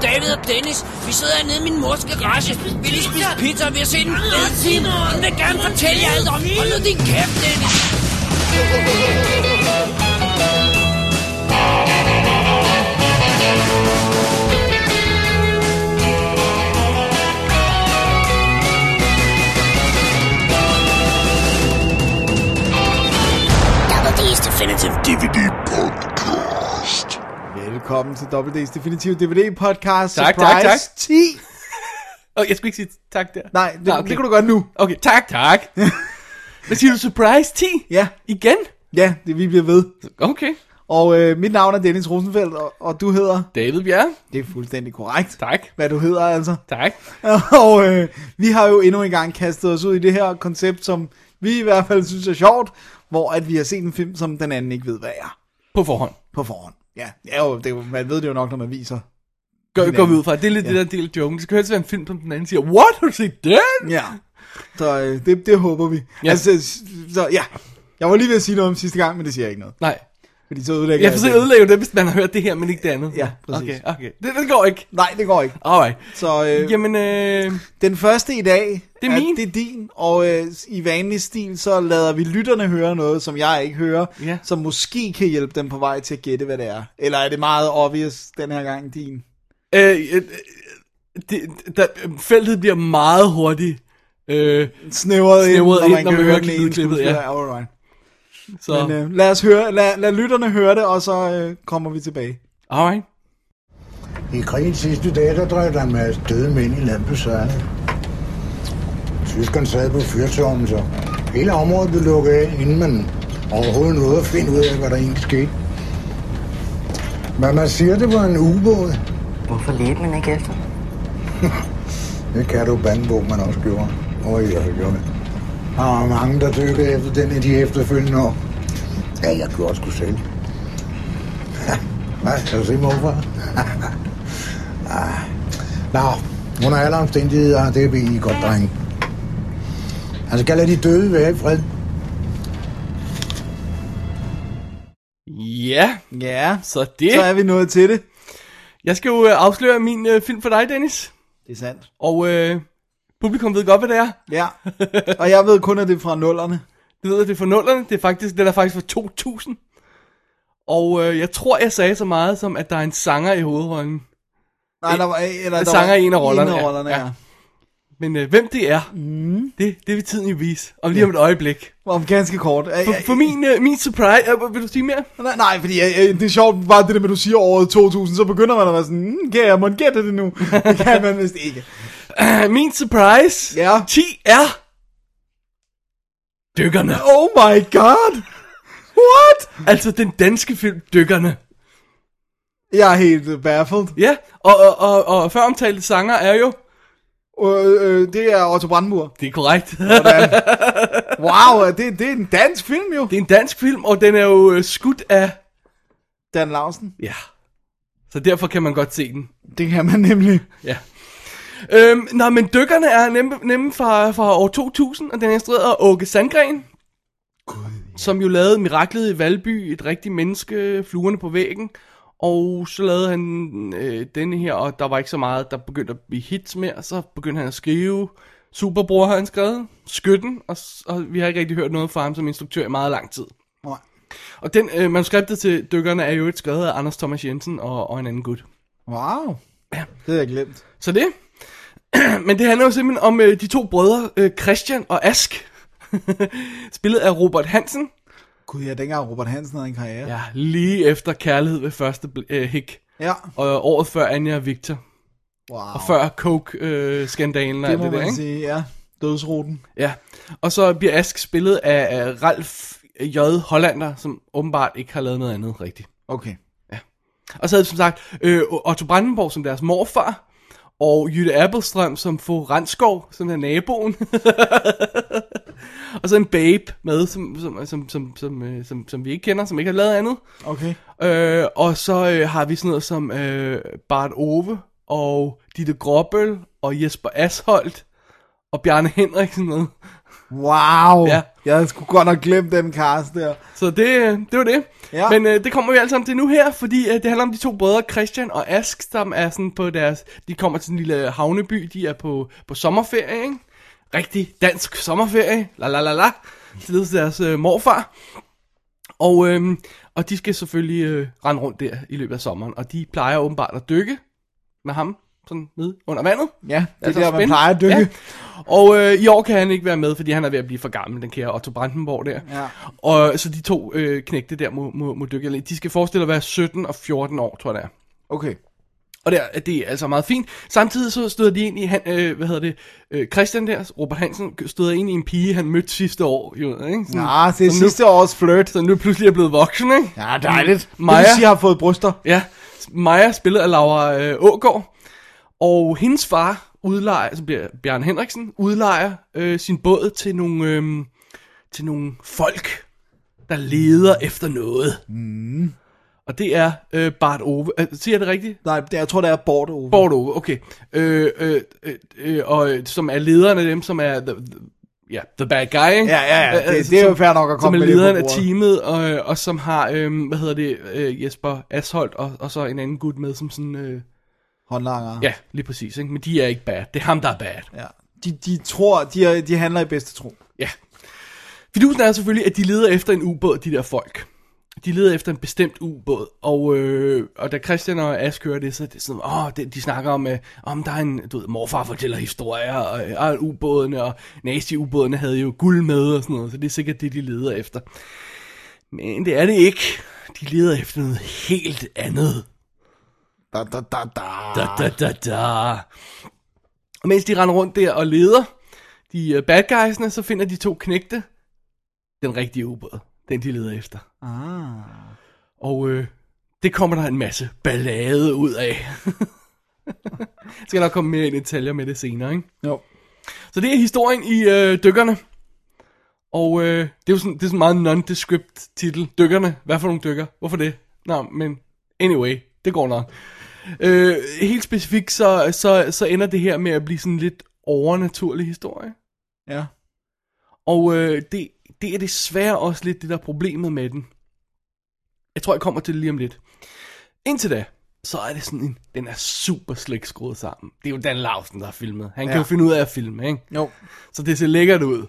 Dennis. Vi sidder hernede i min mors garage. Vi lige spise pizza, og vi har set en fed film. Hun vil gerne fortælle jer alt om. Hold nu din kæft, Dennis. Definitive DVD Podcast. Velkommen til WD's Definitive DVD Podcast Tak, tak, Surprise tak. 10 Og jeg skulle ikke sige tak der. Nej, det, Nå, okay. det kunne du godt nu Okay, tak. Tak. Hvad siger du? Surprise 10? Ja, Igen? ja, det vi bliver ved Okay. Og øh, mit navn er Dennis Rosenfeldt Og, og du hedder, David Bjerre. det er fuldstændig korrekt Tak. Hvad du hedder altså Tak. Og øh, vi har jo endnu en gang kastet os ud i det her koncept Som vi i hvert fald synes er sjovt Hvor at vi har set en film, som den anden ikke ved hvad er På forhånd. På forhånd Ja, det er jo, det er jo, man ved det jo nok, når man viser Går, går vi ud fra. Det er lidt ja. det der del af joken. Det skal helst være en film, som den anden siger, What? Har du set den? Ja, så øh, det, det håber vi Ja. Altså, så ja jeg var lige ved at sige noget om sidste gang, men det siger jeg ikke noget. Nej. Fordi så ødelægger Jeg forsøger det. at ødelægge det, hvis man har hørt det her, men ikke det andet. Ja, præcis. Okay, okay. Det, det går ikke. Nej, det går ikke. Alright. Så øh, Jamen, øh, den første i dag, Det er min. det er din, og øh, i vanlig stil, så lader vi lytterne høre noget, som jeg ikke hører, Ja. som måske kan hjælpe dem på vej til at gætte, hvad det er. Eller er det meget obvious den her gang, din? øh, øh, det, der, feltet bliver meget hurtigt. Øh, Snævret ind, Snævret når ind, man når kan man høre hører den ene lydklippet, ja. skuespiller. Alright. så, Men øh, lad, os høre, lad, lad lytterne høre det, og så øh, kommer vi tilbage. alright. I krigens sidste dage, der drev der en masse døde mænd i landbesejerne. Tyskerne sad på fyrtårnen, så hele området blev lukket af, inden man overhovedet nåede at finde ud af, hvad der egentlig skete. Men man siger, det var en ubåd. Hvorfor ledte man ikke efter? Det kan du bande på, man også gjorde. Og jeg gjorde det. Der var mange, der dykkede efter den i de efterfølgende år. Ja, jeg gjorde sgu selv. Nej, kan du se morfar? Ah. Nå, under alle omstændigheder, det ved I godt, dreng. Han skal lade de døde være i fred. Ja, Ja, så det. så er vi nået til det. Jeg skal jo øh, afsløre min øh, film for dig, Dennis. Det er sandt. Og øh, publikum ved godt, hvad det er. Ja, og jeg ved kun, at det er fra nullerne. Det ved jeg, det er fra nullerne. Det er faktisk, den er faktisk fra 2000. Og øh, jeg tror, jeg sagde så meget som, at der er en sanger i hovedrollen. Nej, der var, eller, der sanger var i en af rollerne, En af ja. rollerne ja. Ja. Men øh, hvem det er, mm. det, det vil tiden jo vise. Om lige om et øjeblik. Om ganske kort. Øh, For, øh, for min, øh, min surprise... Øh, vil du sige mere? Nej, nej, fordi øh, øh, det er sjovt, bare det der med, at du siger året 2000, så begynder man at være sådan, mm, kan jeg må gætte det nu? Det kan man vist ikke. Øh, min surprise Ja. 10 er... Dykkerne. Oh my god! What? Altså den danske film Dykkerne. Jeg er helt øh, baffled. Ja, og, og, og, og før omtalte sanger er jo... Øh, øh, det er Otto Brandmur. Det er korrekt. Wow, øh, det, det er en dansk film jo. Det er en dansk film, og den er jo øh, skudt af... Dan Lausen. Ja. Så derfor kan man godt se den. Det kan man nemlig. Ja. Øhm, nej, men Dykkerne er nemme, nemme fra, fra år 2000, og den er instrueret af Åke Sandgren. Som jo lavede Miraklet i Valby, Et rigtigt menneske, Fluerne på væggen. Og så lavede han øh, denne her, og der var ikke så meget, der begyndte at blive hits med, og så begyndte han at skrive. Superbror har han skrevet, Skytten, og, s- og vi har ikke rigtig hørt noget fra ham som instruktør i meget lang tid. Nej. Og den øh, manuskriptet til Dykkerne er jo et skrevet af Anders Thomas Jensen og, og en anden gut. Wow. Ja. Det havde jeg glemt. Så det. Men det handler jo simpelthen om øh, de to brødre, øh, Christian og Ask. Spillet af Robert Hansen. Gud, jeg dengang Robert Hansen havde en karriere. Ja, lige efter Kærlighed ved første bl- øh, hik. ja. Og året før Anja og Victor. Wow. Og før Coke-skandalen og det alt må det der, man ikke? sige, ja. Dødsruten. Ja. Og så bliver Ask spillet af, af Ralf J. Hollander, som åbenbart ikke har lavet noget andet rigtigt. Okay. Og så havde de som sagt øh, Otto Brandenborg som deres morfar, og Jytte Appelstrøm som fru Randskov, som er naboen. og så en babe med, som, som, som, som, som, øh, som, som vi ikke kender, som ikke har lavet andet. Okay. Øh, og så øh, har vi sådan noget som øh, Bart Ove, og Ditte Gråbøl, og Jesper Asholdt, og Bjarne Henriksen med. Wow. Ja. Jeg skulle godt have glemt den cast der. Så det, øh, det var det. Ja. Men øh, det kommer vi alle sammen til nu her, fordi øh, det handler om de to brødre, Christian og Ask, som er sådan på deres... De kommer til en lille havneby, de er på, på sommerferie, ikke? Rigtig dansk sommerferie, la la la la, til deres øh, morfar. Og, øh, og de skal selvfølgelig øh, rende rundt der i løbet af sommeren, og de plejer åbenbart at dykke med ham, sådan nede under vandet. Ja, det er Altså, der, man spændende. plejer at dykke. Ja. Ja. Og øh, i år kan han ikke være med, fordi han er ved at blive for gammel, den kære Otto Brandenborg der. Ja. Og så de to øh, knægte der må, må, må dykke alene. De skal forestille at være 17 og 14 år, tror jeg det er. Okay. Og det er, det er altså meget fint. Samtidig så støder de ind i, han, øh, hvad hedder det, øh, Christian der, Robert Hansen, støder ind i en pige, han mødte sidste år, jo, ikke? Sådan, Ja, det er som sidste års flirt. Nu, så nu pludselig er blevet voksen, ikke? Ja, dejligt. Maja. Mm. Det Maja. vil sige, at jeg har fået bryster. Ja, Maja spillet af Laura øh, Ågård, og hendes far udlejer, altså Bjer- Bjørn Henriksen, udlejer øh, sin båd til nogle, øh, til nogle folk, der leder efter noget. Mm. Og det er øh, Bart Ove, øh, siger jeg det rigtigt? Nej, det, jeg tror, det er Bort Ove. Bart Ove, okay. Øh, øh, øh, øh, og øh, som er lederen af dem, som er the, the, ja, the bad guy, ikke? Ja, ja, ja. Det- Øh, det er jo fair nok at komme med Som er det på lederen af bordet. teamet, og, øh, og som har, øh, hvad hedder det, øh, Jesper Asholdt, og, og så en anden gut med, som sådan, øh, Håndlanger. ja, lige præcis, ikke? Men de er ikke bad, det er ham, der er bad. ja. De, de tror, de, er, de handler i bedste tro. Ja. Fidusen er selvfølgelig, at de leder efter en ubåd, de der folk. De leder efter en bestemt ubåd, og, øh, og da Christian og Ask hører det, så er det sådan, åh, det, de snakker om, øh, om der er en, du ved, morfar fortæller historier, og, øh, og ubådene, og nazi-ubådene havde jo guld med, og sådan noget, så det er sikkert det, de leder efter. Men det er det ikke. De leder efter noget helt andet. Da, da, da, da. Da, da, da, da. Og mens de render rundt der og leder de øh, bad guysene, så finder de to knægte den rigtige ubåd. Den, de leder efter. Ah. Og øh, det kommer der en masse ballade ud af. Jeg skal nok komme mere i detaljer med det senere, ikke? Jo. Så det er historien i øh, Dykkerne. Og øh, det er jo sådan, det er sådan en meget nondescript titel. Dykkerne. Hvad for nogle dykker? Hvorfor det? Nå, men anyway, det går nok. Øh, helt specifikt, så, så, så ender det her med at blive sådan en lidt overnaturlig historie. Ja. Og øh, det, det er desværre også lidt det der er problemet med den. Jeg tror, jeg kommer til det lige om lidt. Indtil da, så er det sådan en, den er super slik skruet sammen. Det er jo Dan Lausen, der har filmet. Han ja. kan jo finde ud af at filme, ikke? Jo. Så det ser lækkert ud.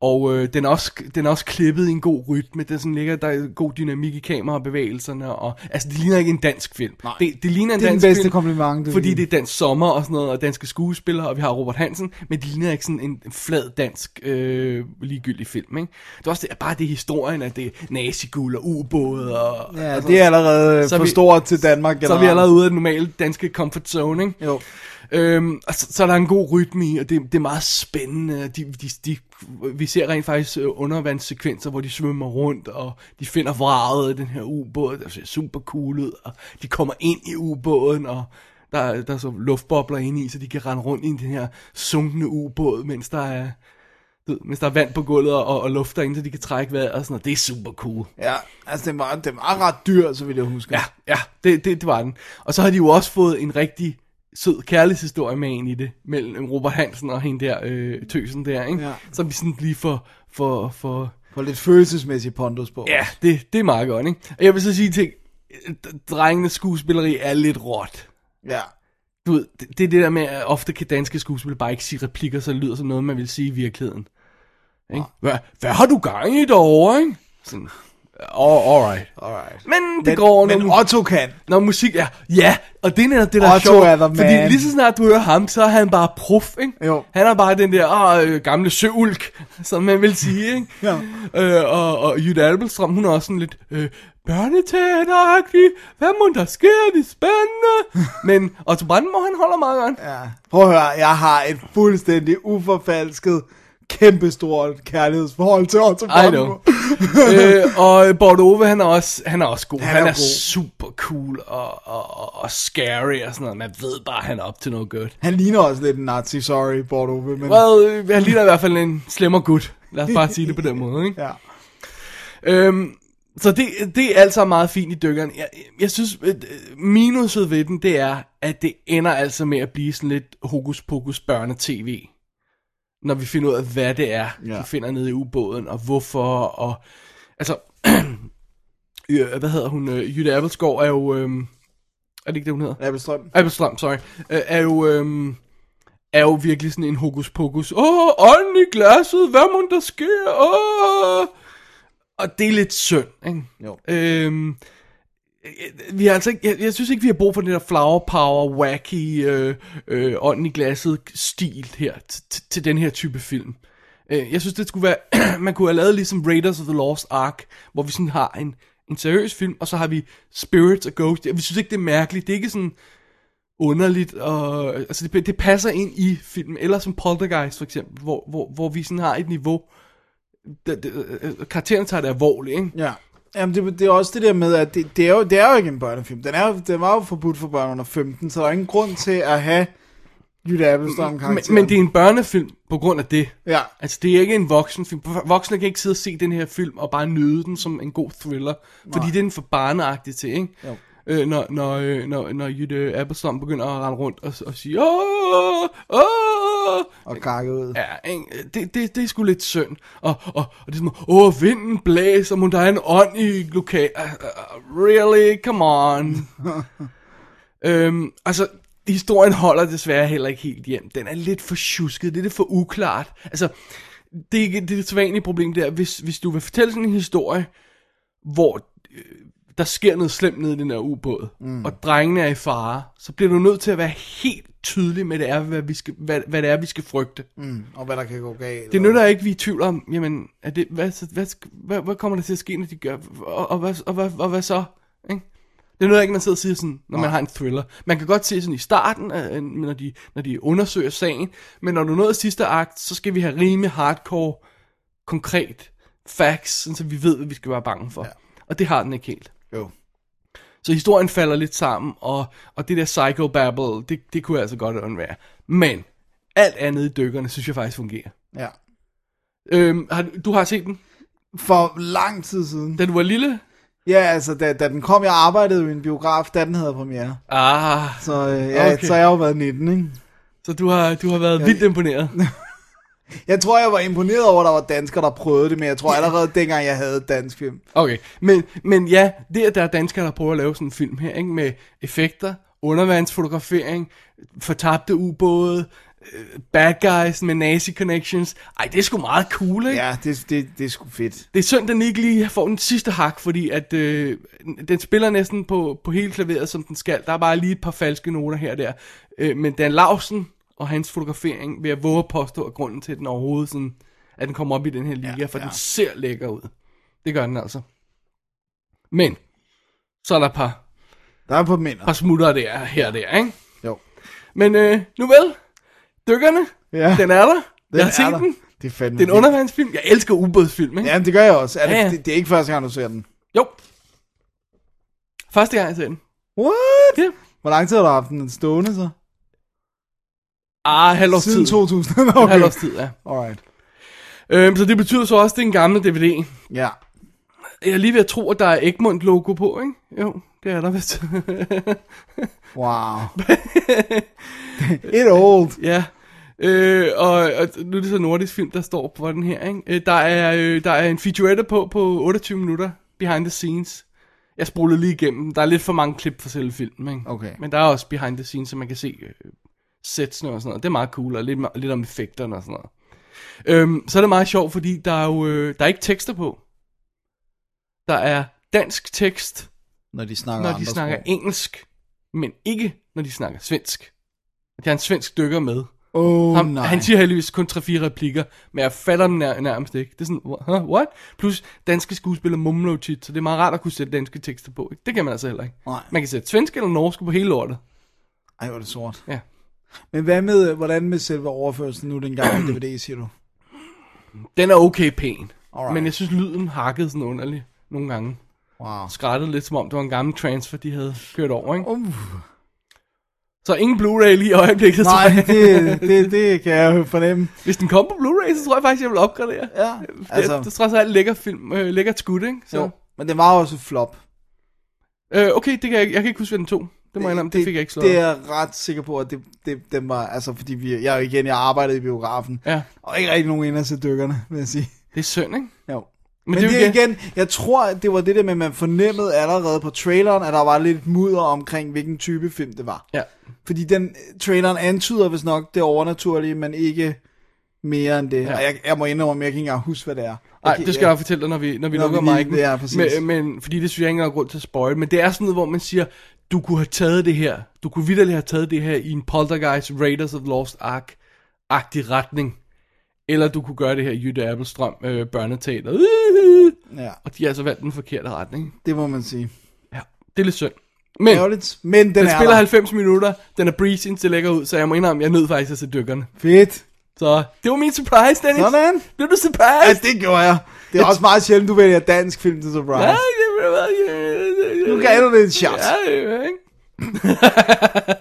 Og øh, den, er også, den er også klippet i en god rytme. Den er sådan ligger, der er god dynamik i kamerabevægelserne. Og, altså, det ligner ikke en dansk film. Nej. Det, det ligner en Det er den dansk bedste film, kompliment, du Fordi kan det er dansk sommer og sådan noget, og danske skuespillere, og vi har Robert Hansen. Men det ligner ikke sådan en flad dansk øh, ligegyldig film. Ikke? Det er også det, bare det historien, at det er naziguld og ubåde. Og, Ja, og sådan det er allerede Så er for vi- stort til Danmark generelt. så er vi allerede ude af den normale danske comfort zone, ikke? Jo. Øhm, og så, så er der en god rytme i, og det, det er meget spændende. De, de, de, vi ser rent faktisk øh, undervandssekvenser, hvor de svømmer rundt, og de finder vraget af den her ubåd, der ser super cool ud, og de kommer ind i ubåden, og der, er- der er så luftbobler inde i, så de kan rende rundt i den her sunkende ubåd, mens der er, du ved, mens der er vand på gulvet og, og luft derinde, så de kan trække vejret og sådan noget. Det er super cool. Ja, altså den var, den var ret dyr, så vidt jeg husker. Ja, ja, det, det, det var den. Og så har de jo også fået en rigtig sød kærlighedshistorie med ind i det, mellem Robert Hansen og hende der, øh, tøsen der, ikke? Ja. Som vi sådan lige for, for, for, På lidt følelsesmæssig pondus på. ja, det, det er meget godt, ikke? Og jeg vil så sige til, øh, d- drengenes skuespilleri er lidt råt. ja. Du ved, det, det er det der med, at ofte kan danske skuespillere bare ikke sige replikker, så det lyder som noget, man vil sige i virkeligheden. Ikke? Hvad, hvad har du gang i derovre, ikke? Sådan, all, all right. Alright. Men det går men nu. Otto kan. Når musik er, ja, og det er netop det, der er Otto sjovt. er the Fordi man. lige så snart du hører ham, så er han bare prof, ikke? Jo. Han er bare den der åh, øh, gamle søulk, som man vil sige, ikke? Ja. Øh, og, og Jytte Abelstrøm, hun er også sådan lidt øh, børneteateragtig. Hvad må der ske? Det er spændende. Men Otto Brandenborg, han holder meget godt. Ja. Prøv at høre, jeg har et fuldstændig uforfalsket, kæmpestort kærlighedsforhold til Otto I Brandenburg. know. øh, og Bort Ove, han er også, han er også god. Han, er han er, god. super cool og, og, og, og scary og sådan noget. Man ved bare, han er op til noget godt. Han ligner også lidt en nazi, sorry, Bort Ove, men... Well, han ligner i hvert fald en slemmer gut. Lad os bare sige det på den måde, ikke? Ja. Øhm, så det, det er altså meget fint i dykkeren. Jeg, jeg synes, øh, minuset ved den, det er, at det ender altså med at blive sådan lidt hokus pokus børne-tv. når vi finder ud af, hvad det er, ja. Ja. de finder nede i ubåden, og hvorfor, og... Altså, øh, hvad hedder hun? Øh, Jytte Appelsgaard er jo... Øh, er det ikke det, hun hedder? Appelstrøm. Appelstrøm, sorry. Øh, er jo... Øh, er jo virkelig sådan en hokus pokus. Åh, ånden i glasset, hvad må der sker? Åh! Og det er lidt synd, ikke? Jo. Øhm, øh, vi har altså ikke, jeg, jeg synes ikke, vi har brug for den der flower power, wacky, øh, øh, ånden i glasset stil her, t- t- til den her type film. Øh, jeg synes, det skulle være, man kunne have lavet ligesom Raiders of the Lost Ark, hvor vi sådan har en, en seriøs film, og så har vi Spirits og Ghosts. Vi synes ikke, det er mærkeligt. Det er ikke sådan underligt, og altså det, det passer ind i filmen, eller som Poltergeist for eksempel, hvor, hvor, hvor vi sådan har et niveau, det, det, øh, karakteren tager det alvorligt, ikke? Ja. Jamen, det, det er også det der med, at det, det, er, jo, det er jo ikke en børnefilm. Den, er, jo- den var jo forbudt for børn under 15, så der er ingen grund til at have Jytte Appelstrøm Men, karakteren. men det er en børnefilm på grund af det. Ja. Altså, det er ikke en voksenfilm. Voksne kan ikke sidde og se den her film og bare nyde den som en god thriller. Fordi det er den for barneagtig til, ikke? Jo. Øh, når, når, øh, når, når Jytte Appelstrøm begynder at rende rundt og, og sige, åh, åh, Og kakket ud. Ja. Ja, ikke? det, det, det er sgu lidt synd. Og, og, og det er sådan, åh, vinden blæser, men der er en ånd i lokal. Uh, uh, really? Come on. øhm, altså, historien holder desværre heller ikke helt hjem. Den er lidt for tjusket, det er lidt for uklart. Altså, det er ikke- det, er det sædvanlige problem der, hvis, hvis du vil fortælle sådan en historie, hvor øh, der sker noget slemt nede i den her ubåd, mm. og drengene er i fare, så bliver du nødt til at være helt tydelig med, det er, hvad, vi skal, hvad, hvad det er, vi skal frygte. Og hvad der kan gå galt. Det og- nytter ikke, vi er i tvivl om, jamen, er det, hvad, så- hvad, sk- hvad, hvad kommer der til at ske, når de gør, og, og, hvad, og, hvad, og hvad så? Ikke? Det nytter ikke, man sidder og siger sådan, når man har en thriller. Man kan godt se sådan i starten, øh, når de, når de undersøger sagen, men når du nåede sidste akt, så skal vi have rimelig hardcore, konkret facts, sådan så vi ved, hvad vi skal være bange for. Ja. Og det har den ikke helt. Jo. Så historien falder lidt sammen, og, og det der psychobabble, det, det kunne jeg altså godt undvære. Men alt andet i dykkerne, synes jeg faktisk fungerer. Ja. Øhm, har, du- du har set den, For lang tid siden. da du var lille? Ja, altså, da, da den kom, jeg arbejdede jo i en biograf, da den havde premiere. Ah, Så, øh, ja, Okay. okay. så har jeg jo været 19, ikke? så du har, du har været vildt imponeret. Jeg tror, jeg var imponeret over, at der var danskere, der prøvede det, men jeg tror allerede dengang, jeg havde dansk film. Okay, men, men ja, det at der er danskere, der prøver at lave sådan en film her, ikke? med effekter, undervandsfotografering, fortabte ubåde, øh, bad guys med nazi connections. Ej, det er sgu meget cool, ikke? Ja, det, det, det er sgu fedt. Det er synd, den ikke lige får den sidste hak, fordi at, øh, den spiller næsten på, på hele klaveret, som den skal. Der er bare lige et par falske noter her og der. Øh, men Dan Lausen og hans fotografering, vil jeg våge at påstå, er grunden til, at den overhovedet sådan, at den kommer op i den her liga, ja, for ja. den ser lækker ud. Det gør den altså. Men, så er der et par, Der er på minder. par smutter der, her og der, ikke? Jo. Men øh, nu vel, dykkerne, Ja. den er der. Den jeg har er set der. den. Det er fandme Det er en vildt. undervandsfilm. Jeg elsker ubådsfilm, ikke? Ja, men det gør jeg også. Er det, Ja, ja. det, det er ikke første gang, du ser den. Jo. Første gang, jeg ser den. What? Ja. Hvor lang tid har du haft den stående så? Ah, halvårs Siden tid. 2000. Okay. okay. Halvårs tid, ja. Alright. Øhm, så det betyder så også, at det er en gammel DVD. Ja. Jeg er lige ved at tro, at der er Egmont logo på, ikke? Jo, det er der vist. Wow. It old. ja. Øh, og, og, nu er det så nordisk film, der står på den her, ikke? Øh, der, er, øh, der er en featurette på på 28 minutter, behind the scenes. Jeg spolede lige igennem den. Der er lidt for mange klip fra selve filmen, ikke? Okay. Men der er også behind the scenes, så man kan se øh, setsene og sådan noget. Det er meget cool, og lidt, lidt om effekterne og sådan noget. Øhm, så er det meget sjovt, fordi der er jo øh, der er ikke tekster på. Der er dansk tekst, Når de snakker når de snakker engelsk, men ikke når de snakker svensk. Og Der er en svensk dykker med. Oh, Ham, nej. han siger heldigvis kun 3-4 replikker, men jeg fatter dem nær, nærmest ikke. Det er sådan, huh, what? Plus, danske skuespillere mumler jo tit, så det er meget rart at kunne sætte danske tekster på. Ikke? Det kan man altså heller ikke. Nej. Man kan sætte svenske eller norske på hele lortet. Ej, hvor er det sort. Ja. Men hvad med, øh, hvordan med selve overførelsen nu, den gamle DVD, siger du? Den er okay pæn. Alright. Alright. Men jeg synes, lyden hakkede sådan underligt nogle gange. Wow. Skrattede lidt, som om det var en gammel transfer, de havde kørt over, ikke? Uh, Så ingen Blu-ray lige i øjeblikket, tror nej, jeg. det, det, det kan jeg jo fornemme. Hvis den kom på Blu-ray, så tror jeg faktisk, jeg vil opgradere. Ja, altså, Altså... Det, det er trods alt lækker film, øh, lækkert skud, ikke? Så, jo. Men det var også et flop. Øh, okay, det kan jeg, ikke- jeg kan ikke huske, hvad den tog. Det må jeg indrømme, det, fik jeg ikke slået. Det er jeg ret sikker på, at det, det, den var, altså fordi vi, jeg igen, jeg arbejdede i biografen, Ja. og ikke rigtig nogen ind og se dykkerne, vil jeg sige. det er synd, ikke? Jo. Men Men, Men det er det jo er igen, jeg tror, at det var det der med, at man fornemmede allerede på traileren, at der var lidt mudder omkring, hvilken type film det var. Ja. Fordi den traileren antyder vist nok det overnaturlige, men ikke mere end det. Ja. Ja. Og jeg, jeg må indrømme, jeg kan ikke engang huske, hvad det er. Nej, kan- det skal jeg fortælle dig, når vi, når vi Når lukker vi lige- mic'en. ja, præcis. men, men, fordi det synes jeg ikke engang er grund til at spoil. Men det er sådan noget, hvor man siger, du kunne have taget det her. Du kunne vidderligt have taget det her i en Poltergeist Raiders of the Lost Ark-agtig retning. Eller du kunne gøre det her i Jytte Appelstrøm øh, børneteater. Ja, Og de har altså valgt den forkerte retning. det må man sige. Ja, det er lidt synd. Men den, Ærgerligt, men den, den er spiller der. 90 minutter, den er breezy, det lægger ud, så jeg må indrømme, jeg nød faktisk at se dykkerne. Fedt. Så det var min surprise, Dennis. Sådan. Blev du surprised? Altså, det gjorde jeg. Det er også meget sjældent, du vælger dansk film til surprise. Ja, Ja. det Nu gav du det en chance. Ja, det er ikke?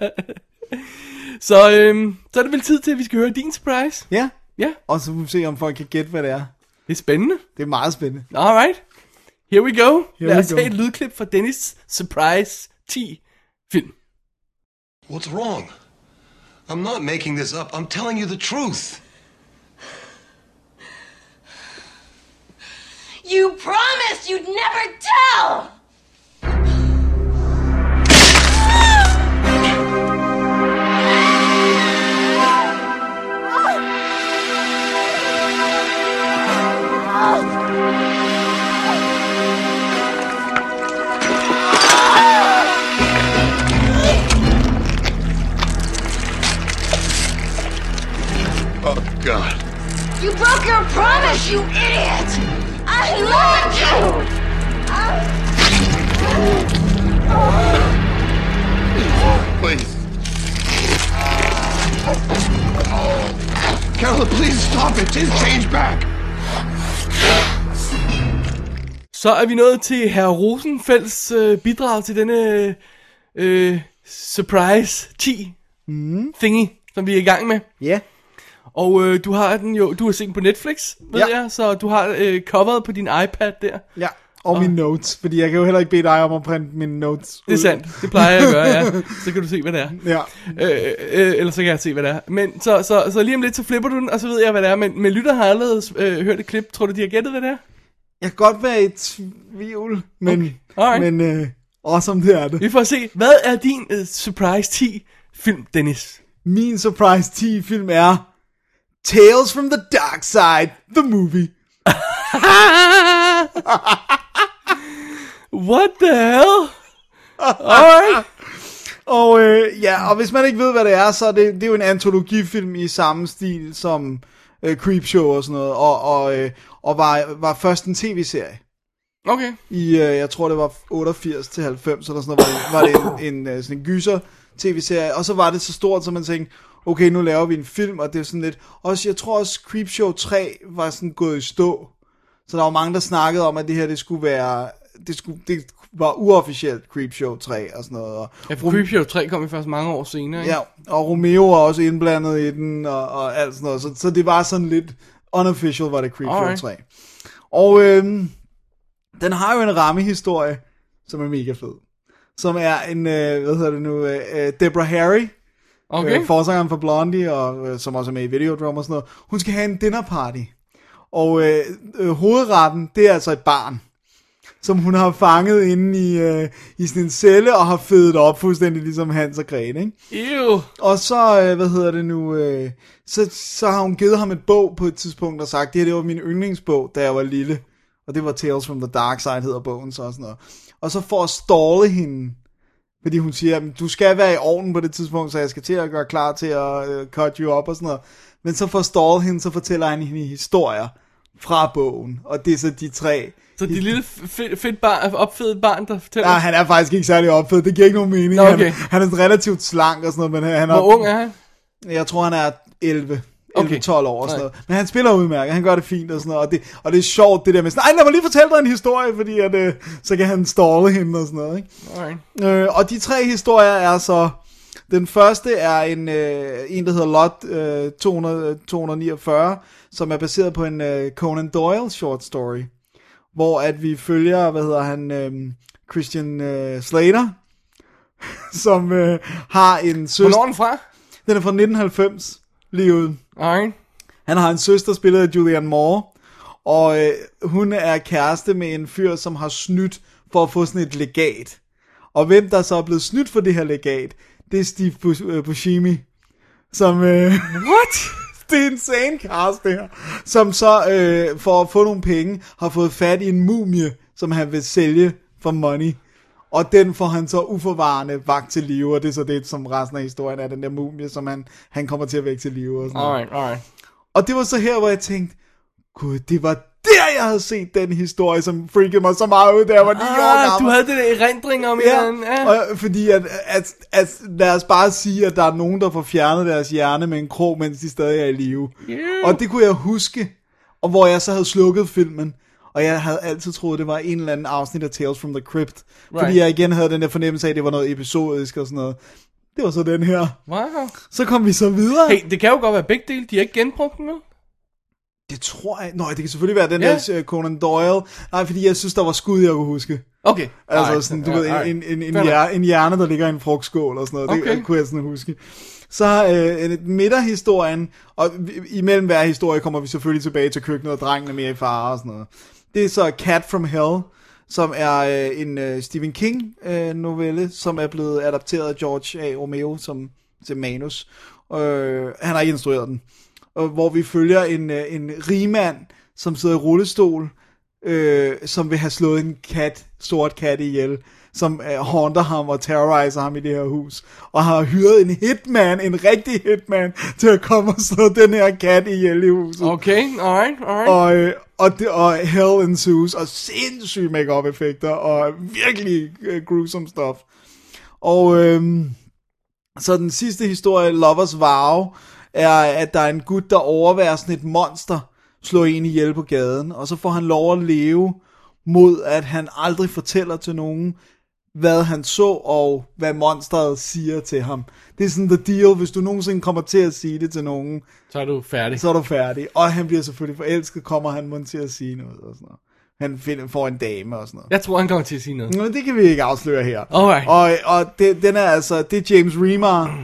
så, øhm, så er det vel tid til, at vi skal høre din surprise. Ja. Ja, Og så må vi se, om folk kan gætte, hvad det er. det er spændende. Det er meget spændende. Alright, here we go. Here Here Lad we os go. have et lydklip fra Dennis' surprise 10 film. What's wrong? I'm not making this up. I'm telling you the truth. You promised you'd never tell! Oh, God. You broke your promise, you idiot! I loved you! I- Please. Carol, please stop it. Just change back. Så er vi nået til herr Rosenfelds øh, bidrag til denne øh, surprise 10 mm. thingy, som vi er i gang med. Ja. Og øh, du har den jo, du har set den på Netflix, ved Ja. ja. jeg, så du har øh, coveret på din iPad der. Ja. Og mine notes, fordi jeg kan jo heller ikke bede dig om at printe mine notes. Det er ud. sandt, det plejer jeg at gøre, ja. Så kan du se, hvad det er. Ja. Øh, øh, eller så kan jeg se, hvad det er. Men så, så, så lige om lidt, så flipper du den, og så ved jeg, hvad det er. Men, men lytter har allerede øh, hørt et klip. Tror du, de har gættet, hvad det er? Jeg kan godt være i tvivl, men, Okay. Alright. men øh, også om det er det. Vi får se, hvad er din øh, Surprise 10 film, Dennis? Min surprise 10 film er Tales from the Dark Side, the movie. What the hell? Alright. Og øh, ja, og hvis man ikke ved, hvad det er, så er det, det er jo en antologifilm i samme stil som øh, Creepshow og sådan noget, og, og, øh, og var, var først en tv-serie. Okay. I, øh, jeg tror, det var 88 til 90 eller sådan noget, var det, var det en, en, øh, sådan en gyser tv-serie, og så var det så stort, så man tænkte, okay, nu laver vi en film, og det er sådan lidt, også, jeg tror også, Creepshow 3 var sådan gået i stå, så der var mange, der snakkede om, at det her, det skulle være, det, skulle, det var uofficielt Creepshow 3 og sådan noget, og Ja, for Creepshow 3 kom vi først mange år senere, ikke? Ja, og Romeo er også indblandet i den, og, og alt sådan noget. Så, så det var sådan lidt unofficial, var det Creepshow Alright. 3. Og øhm, den har jo en rammehistorie, som er mega fed. Som er en, øh, hvad hedder det nu, øh, øh, Deborah Harry, Okay. øh, forsangeren for Blondie, og, øh, som også er med i Videodrum og sådan noget. Hun skal have en dinnerparty. Og øh, øh, hovedretten, det er altså et barn som hun har fanget inde i, øh, i sådan en celle, og har fedet op fuldstændig ligesom Hans og Grete, ikke? Ew. Og så, øh, hvad hedder det nu, øh, så, så har hun givet ham et bog på et tidspunkt og sagt, det her det var min yndlingsbog, da jeg var lille. Og det var Tales from the Dark Side, hedder bogen så og sådan noget. Og så for at ståle hende, fordi hun siger, "Jamen, du skal være i ovnen på det tidspunkt, så jeg skal til at gøre klar til at øh, cut you up og sådan noget. Men så for at ståle hende, så fortæller han hende historier fra bogen. Og det er så de tre. Så det lille fedt, fedt barn, opfedet barn, der fortæller... Nej, han er faktisk ikke særlig opfed, det giver ikke nogen mening. Nå, okay. Han, han er relativt slank og sådan noget, men han Hvor ung er han? Jeg tror, han er 11. Okay. 11-12 år og sådan Nej. noget. Men han spiller udmærket, han gør det fint og sådan noget. Og det, og det er sjovt det der med sådan, nej lad mig lige fortælle dig en historie, fordi at, øh, så kan han ståle hende og sådan noget. Ikke? Alright. Øh, og de tre historier er så... Den første er en, øh, en der hedder Lot øh, 200, 249, som er baseret på en øh, Conan Doyle short story, hvor at vi følger, hvad hedder han, øh, Christian øh, Slater, som øh, har en søster. Hvornår er den fra? Den er fra 1990, lige uden. Alright. Han har en søster, spillet af Julianne Moore, og øh, hun er kæreste med en fyr, som har snydt for at få sådan et legat. Og hvem der så er blevet snydt for det her legat, det er Steve Bus- øh, Buscemi, som... Øh, What? det er insane cast, det her. Som så, øh, for at få nogle penge, har fået fat i en mumie, som han vil sælge for money. Og den får han så uforvarende vagt til live, og det er så det, som resten af historien er, den der mumie, som han, han kommer til at vække til live. Og sådan noget. Alright, alright. Og det var så her, hvor jeg tænkte, gud, det var der, jeg havde set den historie, som freakede mig så meget ud, da jeg var 9 år Ah, gammel. du havde den der erindring om ja. den. Ja, og, fordi at, at, at, lad os bare sige, at der er nogen, der får fjernet deres hjerne med en krog, mens de stadig er i live. Og det kunne jeg huske, og hvor jeg så havde slukket filmen, og jeg havde altid troet, det var en eller anden afsnit af Tales from the Crypt, right. fordi Right. jeg igen havde den der fornemmelse af, at det var noget episodisk og sådan noget. Det var så den her. Wow. Så kom vi så videre. Hey, det kan jo godt være begge dele. De har ikke genbrugt den, vel? Det tror jeg... Nå, det kan selvfølgelig være den Ja. yeah. der øh, Conan Doyle. Nej, fordi jeg synes, der var skud, jeg kunne huske. Okay. Altså Alright. sådan, du Ja, ved, alright. en, en, en, Fair hjerne, en hjerne, der ligger i en frugtskål og sådan noget. Okay. Okay. Det kunne jeg sådan huske. Så øh, midterhistorien, og vi- imellem hver historie kommer vi selvfølgelig tilbage til køkkenet, og drengen er mere i fare og sådan noget. Det er så Cat from Hell, som er øh, en øh, Stephen King-novelle, øh, novelle, som er blevet adapteret af George A. Romeo som, til manus. Øh, han har ikke instrueret den. Og hvor vi følger en, øh, en rigmand, som sidder i rullestol, øh, som vil have slået en kat, sort kat ihjel, som øh, haunter ham og terroriser ham i det her hus, og har hyret en hitman, en rigtig hitman, til at komme og slå den her kat ihjel i huset. Okay, alright, alright. Og, øh, og, det, og hell ensues, og sindssyge make effekter og virkelig øh, gruesome stuff. Og øhm, så den sidste historie, Lovers Vow, er, at der er en gut, der overværer sådan et monster, slår en ihjel på gaden, og så får han lov at leve mod, at han aldrig fortæller til nogen, hvad han så, og hvad monsteret siger til ham. Det er sådan the deal, hvis du nogensinde kommer til at sige det til nogen, Så er du færdig. så er du færdig. Og han bliver selvfølgelig forelsket, kommer han mon til at sige noget og sådan noget. Han finder, får en dame og sådan noget. Jeg tror, han kommer til at sige noget. Men det kan vi ikke afsløre her. Alright. Og, og det, den er altså, det er James Remar,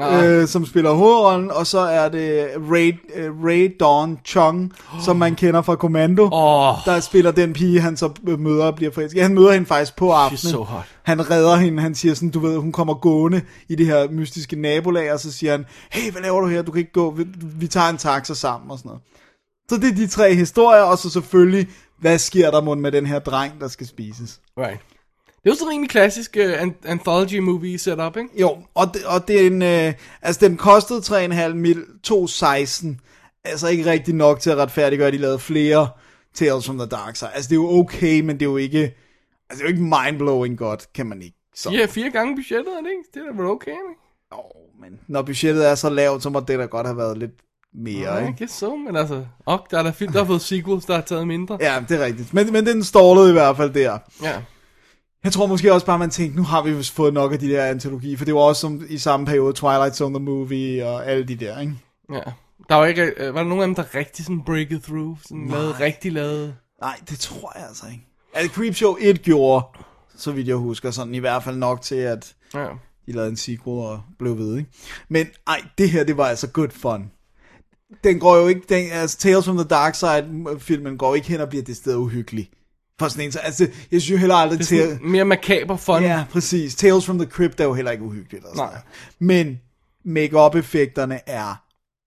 Ah. øh, som spiller hovedrollen, og så er det Ray, øh, Ray Dawn Chung, som man kender fra Commando, Oh. Åh. der spiller den pige, han så møder og bliver forelsket. Han møder hende faktisk på aftenen. so hot. Han redder hende, han siger sådan, du ved, hun kommer gående i det her mystiske nabolag, og så siger han, hey, hvad laver du her, du kan ikke gå, vi, vi tager en taxa sammen og sådan noget. Så det er de tre historier, og så selvfølgelig, hvad sker der mon med den her dreng, der skal spises? Right. Det er jo sådan en rimelig klassisk uh, an- anthology movie setup, ikke? Jo, og, det, og det er en, øh, altså den kostede 3,5 mil, 2,16. Altså ikke rigtig nok til at retfærdiggøre, at de lavede flere Tales from the Dark Side. Altså det er jo okay, men det er jo ikke, altså det er jo ikke mindblowing godt, kan man ikke. Så, De har fire gange budgettet, er det ikke? Det er da vel okay, ikke? Åh, men når budgettet er så lavt, så må det da godt have været lidt mere, Ja, I ikke? guess so, men altså... Ok, der er da film, der har fået sequels, der har taget mindre. Ja, det er rigtigt. Men, men den stallede i hvert fald der. Ja. Jeg tror måske også bare, man tænkte, nu har vi vist fået nok af de der antologi, for det var også som, i samme periode Twilight Zone The Movie og alle de der, ikke? ja. Der var, ikke, øh, var der nogen af dem, der rigtig sådan breaked through? Sådan lavede rigtig lavede... Nej, det tror jeg altså ikke. Altså, Creepshow 1 gjorde, så vidt jeg husker, sådan i hvert fald nok til, at Ja. de lavede en sequel og blev ved, ikke? Men ej, det her, det var altså good fun. Den går jo ikke, den, altså Tales from the Dark Side-filmen går ikke hen og bliver det sted uhyggelig. For sådan en, så, altså, jeg synes jo heller aldrig Det er til... sådan mere makaber fun. Ja, præcis. Tales from the Crypt er jo heller ikke uhyggeligt. Altså. Nej. Men make effekterne er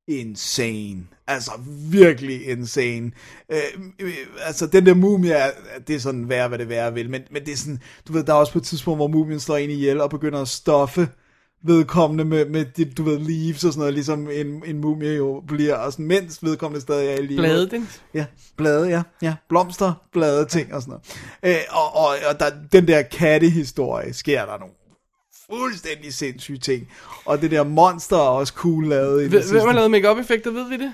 insane. Altså virkelig insane. Øh, øh, altså den der mumie, er, det er sådan værd, hvad det være vil, men, men det er sådan, du ved, der er også på et tidspunkt, hvor mumien slår en ihjel og begynder at stoffe vedkommende med, med det, du ved, leaves og sådan noget, ligesom en, en mumie jo bliver, og sådan, mens vedkommende stadig er i live. Blade den. Ja, blade, ja. ja. Blomster, blade, ting og sådan noget. Øh, og og, og der, den der kattehistorie sker der nogle fuldstændig sindssyge ting. Og det der monster er også cool lavet i det Hvem har sidste. lavet make effekter ved vi det?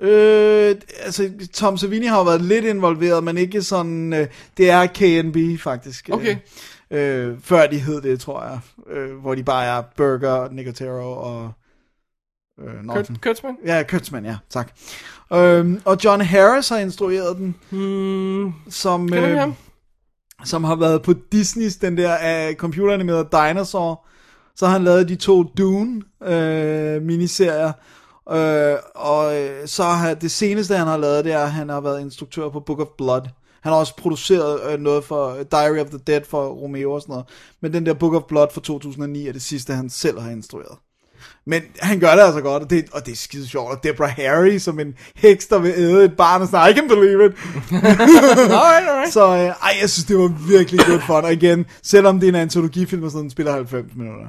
Øh, altså, Tom Savini har jo været lidt involveret, men ikke sådan... Øh, det er KNB, faktisk. øh. Okay. Øh, før de hed det, tror jeg. Øh, hvor de bare er Burger, Nicotero og... Øh, Norton. Kurt, Kurtzman? Ja, Kurtzman, ja, tak. Øhm, og John Harris har instrueret den, Hmm, som... øh, kender vi ham? som har været på Disney's, den der uh, computeranimerede Dinosaur. Så har han lavet de to Dune-miniserier. Øh, og øh, så har det seneste, han har lavet, det er, at han har været instruktør på Book of Blood. Han har også produceret øh, noget for øh, Diary of the Dead for Romeo og sådan noget. Men den der Book of Blood fra 2009 er det sidste, han selv har instrueret. Men han gør det altså godt, og det, og det er skide sjovt. Og Deborah Harry som en heks, der vil æde et barn og sådan, I can believe it. Alright, alright. Så øh, ej, jeg synes, det var virkelig godt fun. Og igen, selvom det er en antologifilm, og sådan den spiller 90 minutter.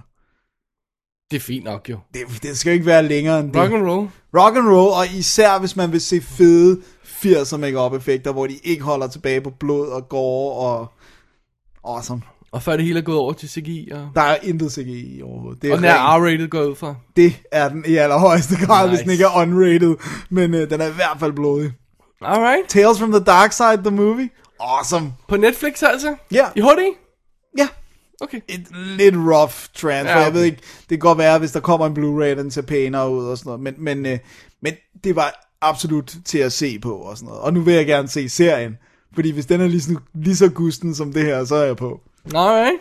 Det er fint nok jo. Det, det skal jo ikke være længere end det. Rock and roll. Rock and roll, og især hvis man vil se fede 80'er make-up effekter, hvor de ikke holder tilbage på blod og gore og... Awesome. Og før det hele er gået over til CGI og... Der er intet CGI overhovedet. Det er, Og den er rent- R-rated går jeg ud fra. det er den i allerhøjeste grad, nice. hvis den Nice. ikke er unrated. Men øh, den er i hvert fald blodig. Alright. Tales from the Dark Side, the movie. Awesome. På Netflix altså? Ja. I HD? Ja, Okay. et lidt rough transfer. Ja. Jeg ved ikke, det kan godt være, hvis der kommer en Blu-ray, den ser pænere ud og sådan noget. Men, men, øh, men det var absolut til at se på og sådan noget. Og nu vil jeg gerne se serien. Fordi hvis den er lige, sådan, lige så gusten som det her, så er jeg på. Alright.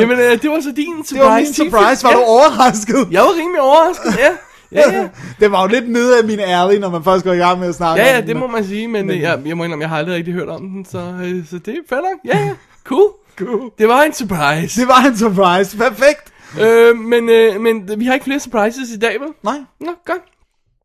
Jamen, øh, det var så din surprise. Det var min Tiff. surprise. Var ja. du overrasket? Jeg var rimelig overrasket, ja. Ja, ja. det var jo lidt nede af min ærlig, når man først går i gang med at snakke Ja, ja, om den, det må man sige, men, men... Jeg, jeg må indrømme, jeg har aldrig rigtig hørt om den, så, øh, så det er fair nok. Ja, ja, cool. Cool. Det var en surprise. Det var en surprise. Perfekt. øh, men, øh, men vi har ikke flere surprises i dag, vel? Nej, Nå, godt.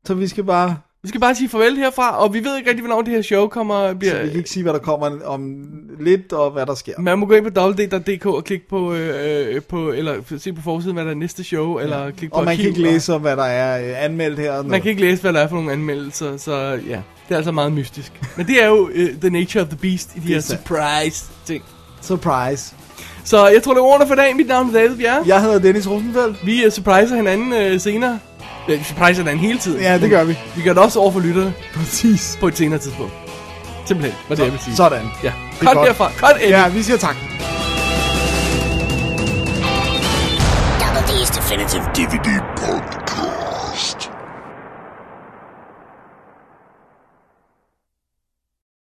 så vi skal bare... Vi skal bare sige farvel herfra, og vi ved ikke rigtig, hvornår det her show kommer. Bliver, Vi kan ikke sige, hvad der kommer om lidt, og hvad der sker. Man må gå ind på www.dk og klikke på, øh, øh, på, eller se på forsiden, hvad der er næste show, eller klikke på Og man kan arkiv, ikke læse om, hvad der er øh, anmeldt her. og Man noget. kan ikke læse, hvad der er for nogle anmeldelser, så ja, det er altså meget mystisk. Men det er jo øh, the nature of the beast i de her sandt. surprise ting. Surprise. Så jeg tror, det er ordene for dagen. Mit navn er David Bjerre. Jeg hedder Dennis Rosenfeldt. Vi øh, surpriser hinanden øh, senere. Øh, vi surpriser hinanden hele tiden. Ja, det gør vi. Vi gør det også over for lytterne Præcis. på et senere tidspunkt. Simpelthen, var det, jeg vil sige. Sådan. Ja, er cut godt. derfra. Cut Ja, ja. vi siger tak. DVD punk.